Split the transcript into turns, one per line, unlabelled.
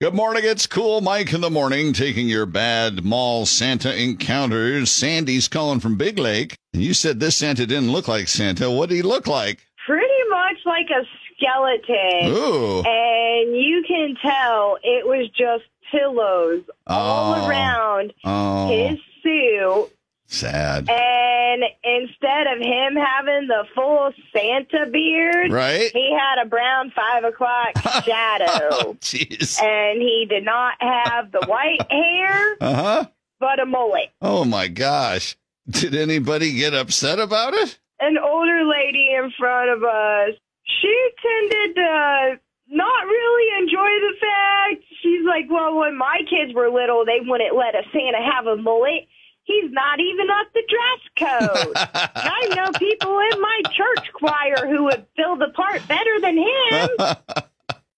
Good morning. It's cool Mike in the morning taking your bad mall Santa encounters. Sandy's calling from Big Lake. And you said this Santa didn't look like Santa. What did he look like?
pretty much like a skeleton.
Ooh.
And you can tell it was just pillows
Oh.
all around
Oh,
his suit.
sad.
And instead of him having the full Santa beard,
Right?
he had a brown five o'clock shadow.
Jeez.
and he did not have the white hair,
Uh huh.
but a mullet.
Oh my gosh. Did anybody get upset about it?
an older lady in front of us. She tended to not really enjoy the fact. She's like, well, when my kids were little, they wouldn't let a Santa have a mullet. He's not even up the dress code. And I know people in my church choir who would fill the part better than him.